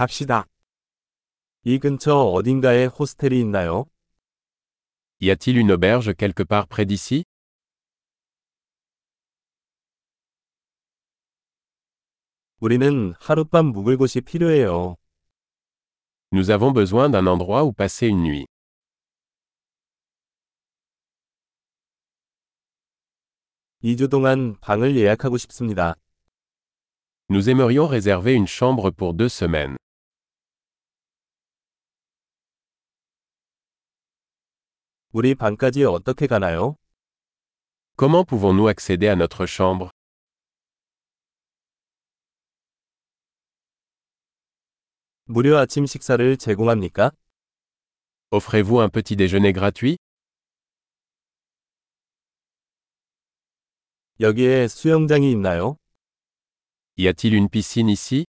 갑시다. 이 근처 어딘가에 호스텔이 있나요? Y a-t-il une auberge quelque part près d'ici 우리는 하룻밤 묵을 곳이 필요해요. Nous avons besoin d'un endroit où passer une nuit. 이 주 동안 방을 예약하고 싶습니다. Nous aimerions réserver une chambre pour deux semaines. 우리 방까지 어떻게 가나요? Comment pouvons-nous accéder à notre chambre 무료 아침 식사를 제공합니까? Offrez-vous un petit déjeuner gratuit 여기에 수영장이 있나요? Y a-t-il une piscine ici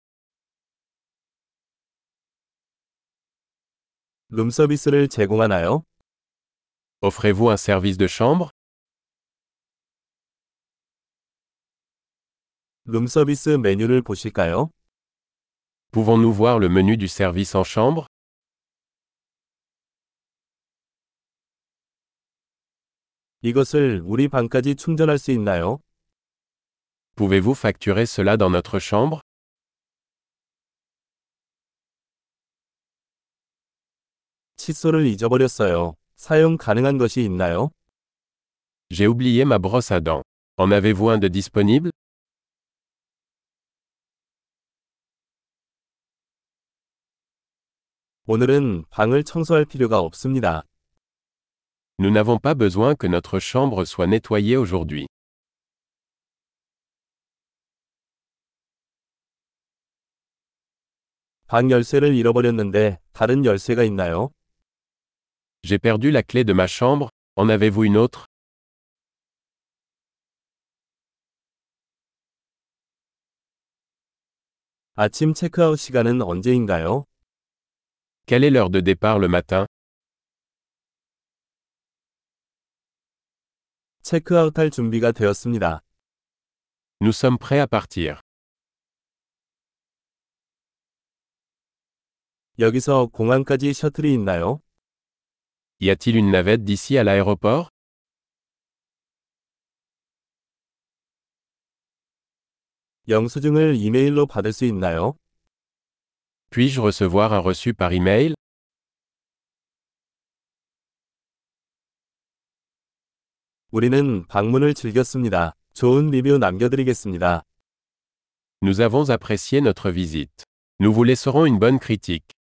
룸서비스를 제공하나요? Offrez-vous un service de chambre 룸서비스 메뉴를 보실까요? Pouvons-nous voir le menu du service en chambre 이것을 우리 방까지 충전할 수 있나요? Pouvez-vous facturer cela dans notre chambre 칫솔을 잊어버렸어요. 사용 가능한 것이 있나요? J'ai oublié ma brosse à dents. En avez-vous un de disponible 오늘은 방을 청소할 필요가 없습니다. Nous n'avons pas besoin que notre chambre soit nettoyée aujourd'hui. 방 열쇠를 잃어버렸는데 다른 열쇠가 있나요? J'ai perdu la clé de ma chambre, en avez-vous une autre 아침 체크아웃 시간은 언제인가요? Quelle est l'heure de départ le matin 체크아웃할 준비가 되었습니다. Nous sommes prêts à partir. 여기서 공항까지 셔틀이 있나요? Y a-t-il une navette d'ici à l'aéroport 영수증을 이메일로 받을 수 있나요? Puis-je recevoir un reçu par email 우리는 방문을 즐겼습니다. 좋은 리뷰 남겨드리겠습니다. Nous avons apprécié notre visite. Nous vous laisserons une bonne critique.